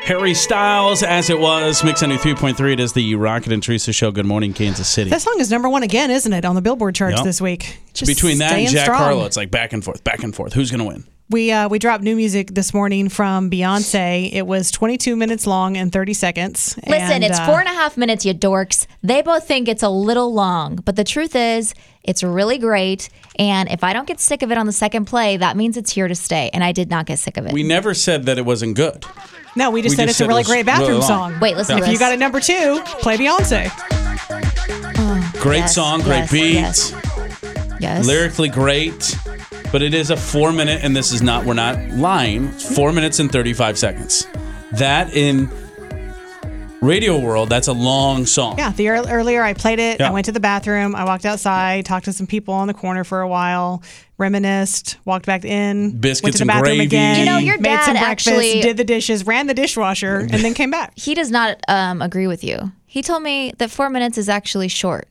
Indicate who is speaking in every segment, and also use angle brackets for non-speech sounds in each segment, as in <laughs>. Speaker 1: Harry Styles, as it was, Mix 93.3. It is the Rocket and Teresa show. Good morning, Kansas City.
Speaker 2: That song is number one again, isn't it, on the Billboard charts
Speaker 1: Yep.
Speaker 2: this week? Just
Speaker 1: Between that
Speaker 2: staying
Speaker 1: and Jack
Speaker 2: strong.
Speaker 1: Harlow, it's like back and forth, back and forth. Who's going to win?
Speaker 2: We uh, we dropped new music this morning from Beyonce. It was 22 minutes long and 30 seconds.
Speaker 3: Listen,
Speaker 2: And,
Speaker 3: it's
Speaker 2: uh,
Speaker 3: four and a half minutes, you dorks. They both think it's a little long, but the truth is, it's really great. And if I don't get sick of it on the second play, that means it's here to stay. And I did not get sick of it.
Speaker 1: We never said that it wasn't good.
Speaker 2: No, we just
Speaker 1: we
Speaker 2: said
Speaker 1: just
Speaker 2: it's
Speaker 1: said
Speaker 2: a
Speaker 1: it
Speaker 2: really
Speaker 1: was
Speaker 2: great bathroom
Speaker 1: really long.
Speaker 2: song.
Speaker 3: Wait, listen to
Speaker 2: If you
Speaker 3: this.
Speaker 2: got it number two, play Beyonce.
Speaker 1: Great
Speaker 3: Yes,
Speaker 1: song, great
Speaker 3: yes,
Speaker 1: beat,
Speaker 3: yes. yes.
Speaker 1: lyrically great, but it is a four minute, and this is not, we're not lying, four minutes and 35 seconds. That in radio world, that's a long song.
Speaker 2: Yeah, the ear- earlier I played it,
Speaker 1: Yeah.
Speaker 2: I went to the bathroom, I walked outside, talked to some people on the corner for a while, reminisced, walked back in, went
Speaker 1: Biscuits
Speaker 2: to the
Speaker 1: and
Speaker 2: bathroom
Speaker 1: gravy.
Speaker 2: again,
Speaker 1: You know,
Speaker 3: your
Speaker 2: made some
Speaker 3: dad
Speaker 2: breakfast,
Speaker 3: actually-
Speaker 2: did the dishes, ran the dishwasher, and then came
Speaker 3: <laughs>
Speaker 2: back.
Speaker 3: He does not um, agree with you. He told me that four minutes is actually short.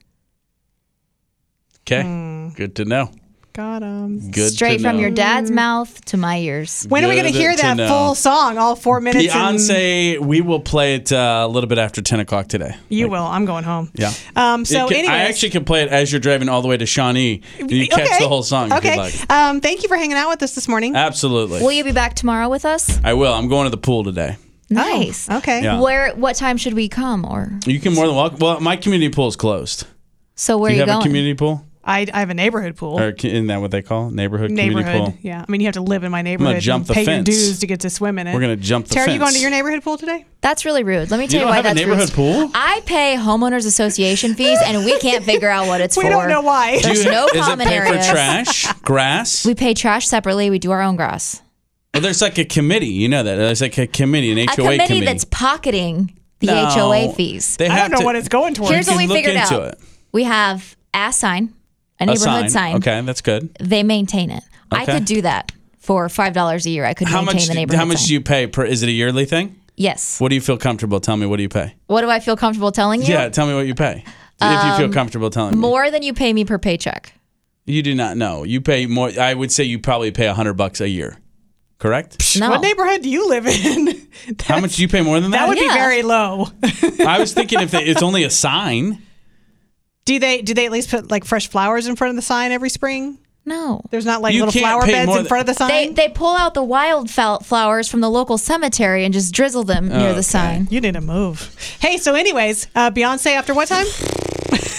Speaker 1: Okay. Good to know.
Speaker 2: Got 'em.
Speaker 1: Good
Speaker 3: Hmm. Straight
Speaker 1: to
Speaker 3: from
Speaker 1: know.
Speaker 3: your dad's mouth to my ears.
Speaker 2: When are we going
Speaker 1: Good
Speaker 2: to hear
Speaker 1: to
Speaker 2: that
Speaker 1: know.
Speaker 2: full song, all four minutes? and-
Speaker 1: Beyonce, we will play it uh, a little bit after 10 o'clock today.
Speaker 2: you will. I'm going home.
Speaker 1: Yeah.
Speaker 2: Um.
Speaker 1: It
Speaker 2: So,
Speaker 1: can-
Speaker 2: anyway,
Speaker 1: I actually can play it as you're driving all the way to Shawnee. And you catch the whole song if
Speaker 2: Okay.
Speaker 1: you'd like. Uh,
Speaker 2: Um. Thank you for hanging out with us this morning.
Speaker 1: Absolutely.
Speaker 3: Will you be back tomorrow with us?
Speaker 2: Oh.
Speaker 1: I will. I'm going to the pool today.
Speaker 3: Nice.
Speaker 2: okay.
Speaker 1: Yeah.
Speaker 3: Where? What time should we come? Or
Speaker 1: You can more than welcome. Well, my community pool is closed.
Speaker 3: so where
Speaker 1: Do you,
Speaker 3: are you
Speaker 1: have
Speaker 3: going?
Speaker 1: a community pool?
Speaker 2: I, I have a neighborhood pool.
Speaker 1: Or c- isn't that what they call it? Neighborhood,
Speaker 2: neighborhood.
Speaker 1: community pool.
Speaker 2: Yeah. I mean, you have to live in my neighborhood.
Speaker 1: jump
Speaker 2: and
Speaker 1: the
Speaker 2: pay
Speaker 1: fence.
Speaker 2: your dues to get to swim in it.
Speaker 1: We're going to jump the
Speaker 2: Tara,
Speaker 1: fence.
Speaker 2: you going to your neighborhood pool today?
Speaker 3: That's really rude. Let me tell you,
Speaker 1: don't
Speaker 3: why
Speaker 1: have a
Speaker 3: that's
Speaker 1: neighborhood
Speaker 3: rude.
Speaker 1: pool?
Speaker 3: I pay homeowners association fees, and we can't figure out what
Speaker 2: <laughs>
Speaker 3: it's
Speaker 2: We
Speaker 3: for.
Speaker 2: don't know why.
Speaker 1: Do <laughs> you,
Speaker 3: There's no
Speaker 1: is
Speaker 3: common
Speaker 1: it paper
Speaker 3: areas. <laughs>
Speaker 1: trash, grass?
Speaker 3: We pay trash separately. We do our own grass.
Speaker 1: Well, there's like a committee. You know that. There's like a committee, an HOA
Speaker 3: A committee, that's pocketing the
Speaker 1: No.
Speaker 3: HOA fees.
Speaker 1: They
Speaker 2: I
Speaker 1: have
Speaker 2: don't know
Speaker 1: to,
Speaker 2: what it's going towards.
Speaker 3: Here's
Speaker 1: can
Speaker 3: what we
Speaker 1: look
Speaker 3: figured
Speaker 1: into
Speaker 3: out.
Speaker 1: it.
Speaker 3: We have a sign, a
Speaker 1: A
Speaker 3: neighborhood sign.
Speaker 1: Okay, that's good.
Speaker 3: They maintain it. I
Speaker 1: Okay.
Speaker 3: could do that for five dollars a year. I could
Speaker 1: How
Speaker 3: maintain
Speaker 1: much?
Speaker 3: the
Speaker 1: do-
Speaker 3: neighborhood.
Speaker 1: How much
Speaker 3: sign.
Speaker 1: do you pay per? Is it a yearly thing?
Speaker 3: Yes.
Speaker 1: What do you feel comfortable? Tell me. What do you pay?
Speaker 3: What do I feel comfortable telling you?
Speaker 1: Yeah, tell me what you pay. if you feel comfortable telling me.
Speaker 3: More than you pay me per paycheck.
Speaker 1: You do not know. You pay more. I would say you probably pay a hundred bucks a year. Correct.
Speaker 3: No. Uh,
Speaker 2: What neighborhood do you live in? <laughs> that,
Speaker 1: How much do you pay more than
Speaker 2: that
Speaker 1: that?
Speaker 2: would
Speaker 3: Yeah.
Speaker 2: be very low. <laughs>
Speaker 1: I was thinking if they, it's only a sign.
Speaker 2: do they do they at least put like fresh flowers in front of the sign every spring?
Speaker 3: No.
Speaker 2: There's not like
Speaker 1: You
Speaker 2: little
Speaker 1: can't
Speaker 2: flower
Speaker 1: pay
Speaker 2: beds
Speaker 1: more
Speaker 2: in
Speaker 1: than-
Speaker 2: front of the sign.
Speaker 3: They they pull out the wild fel- flowers from the local cemetery and just drizzle them near
Speaker 1: Oh, Okay.
Speaker 3: the sign.
Speaker 2: you need to move. Hey, so anyways, uh, Beyonce after what time?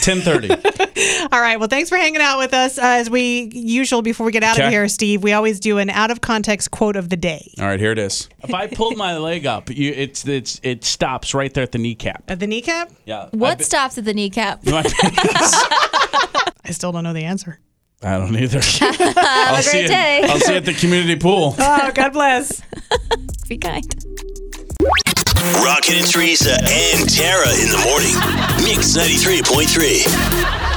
Speaker 1: Ten thirty.
Speaker 2: All right. Well, thanks for hanging out with us. Uh, as we usual, before we get out
Speaker 1: Okay.
Speaker 2: of here, Steve, we always do an out of context quote of the day.
Speaker 1: All right, here it is. If I pulled my leg up, you, it's it's it stops right there at the kneecap.
Speaker 2: At Uh, the kneecap?
Speaker 1: Yeah.
Speaker 3: What
Speaker 1: I,
Speaker 3: stops at the kneecap? <laughs>
Speaker 1: my penis.
Speaker 2: I still don't know the answer.
Speaker 1: <laughs> I don't either. Have I'll a see
Speaker 3: great day.
Speaker 1: It, I'll see you at the community pool.
Speaker 2: Oh, God bless.
Speaker 3: Be kind.
Speaker 4: Rocket and Teresa and Tara in the morning. Mix 93.3.